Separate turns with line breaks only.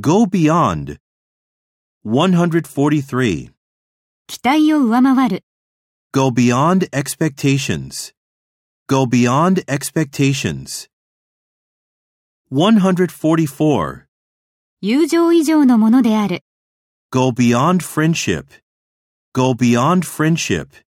Go beyond. 143.
期待を上回る、
Go beyond expectations. Go beyond expectations. 144.
友情以上のものである。
Go beyond friendship. Go beyond friendship.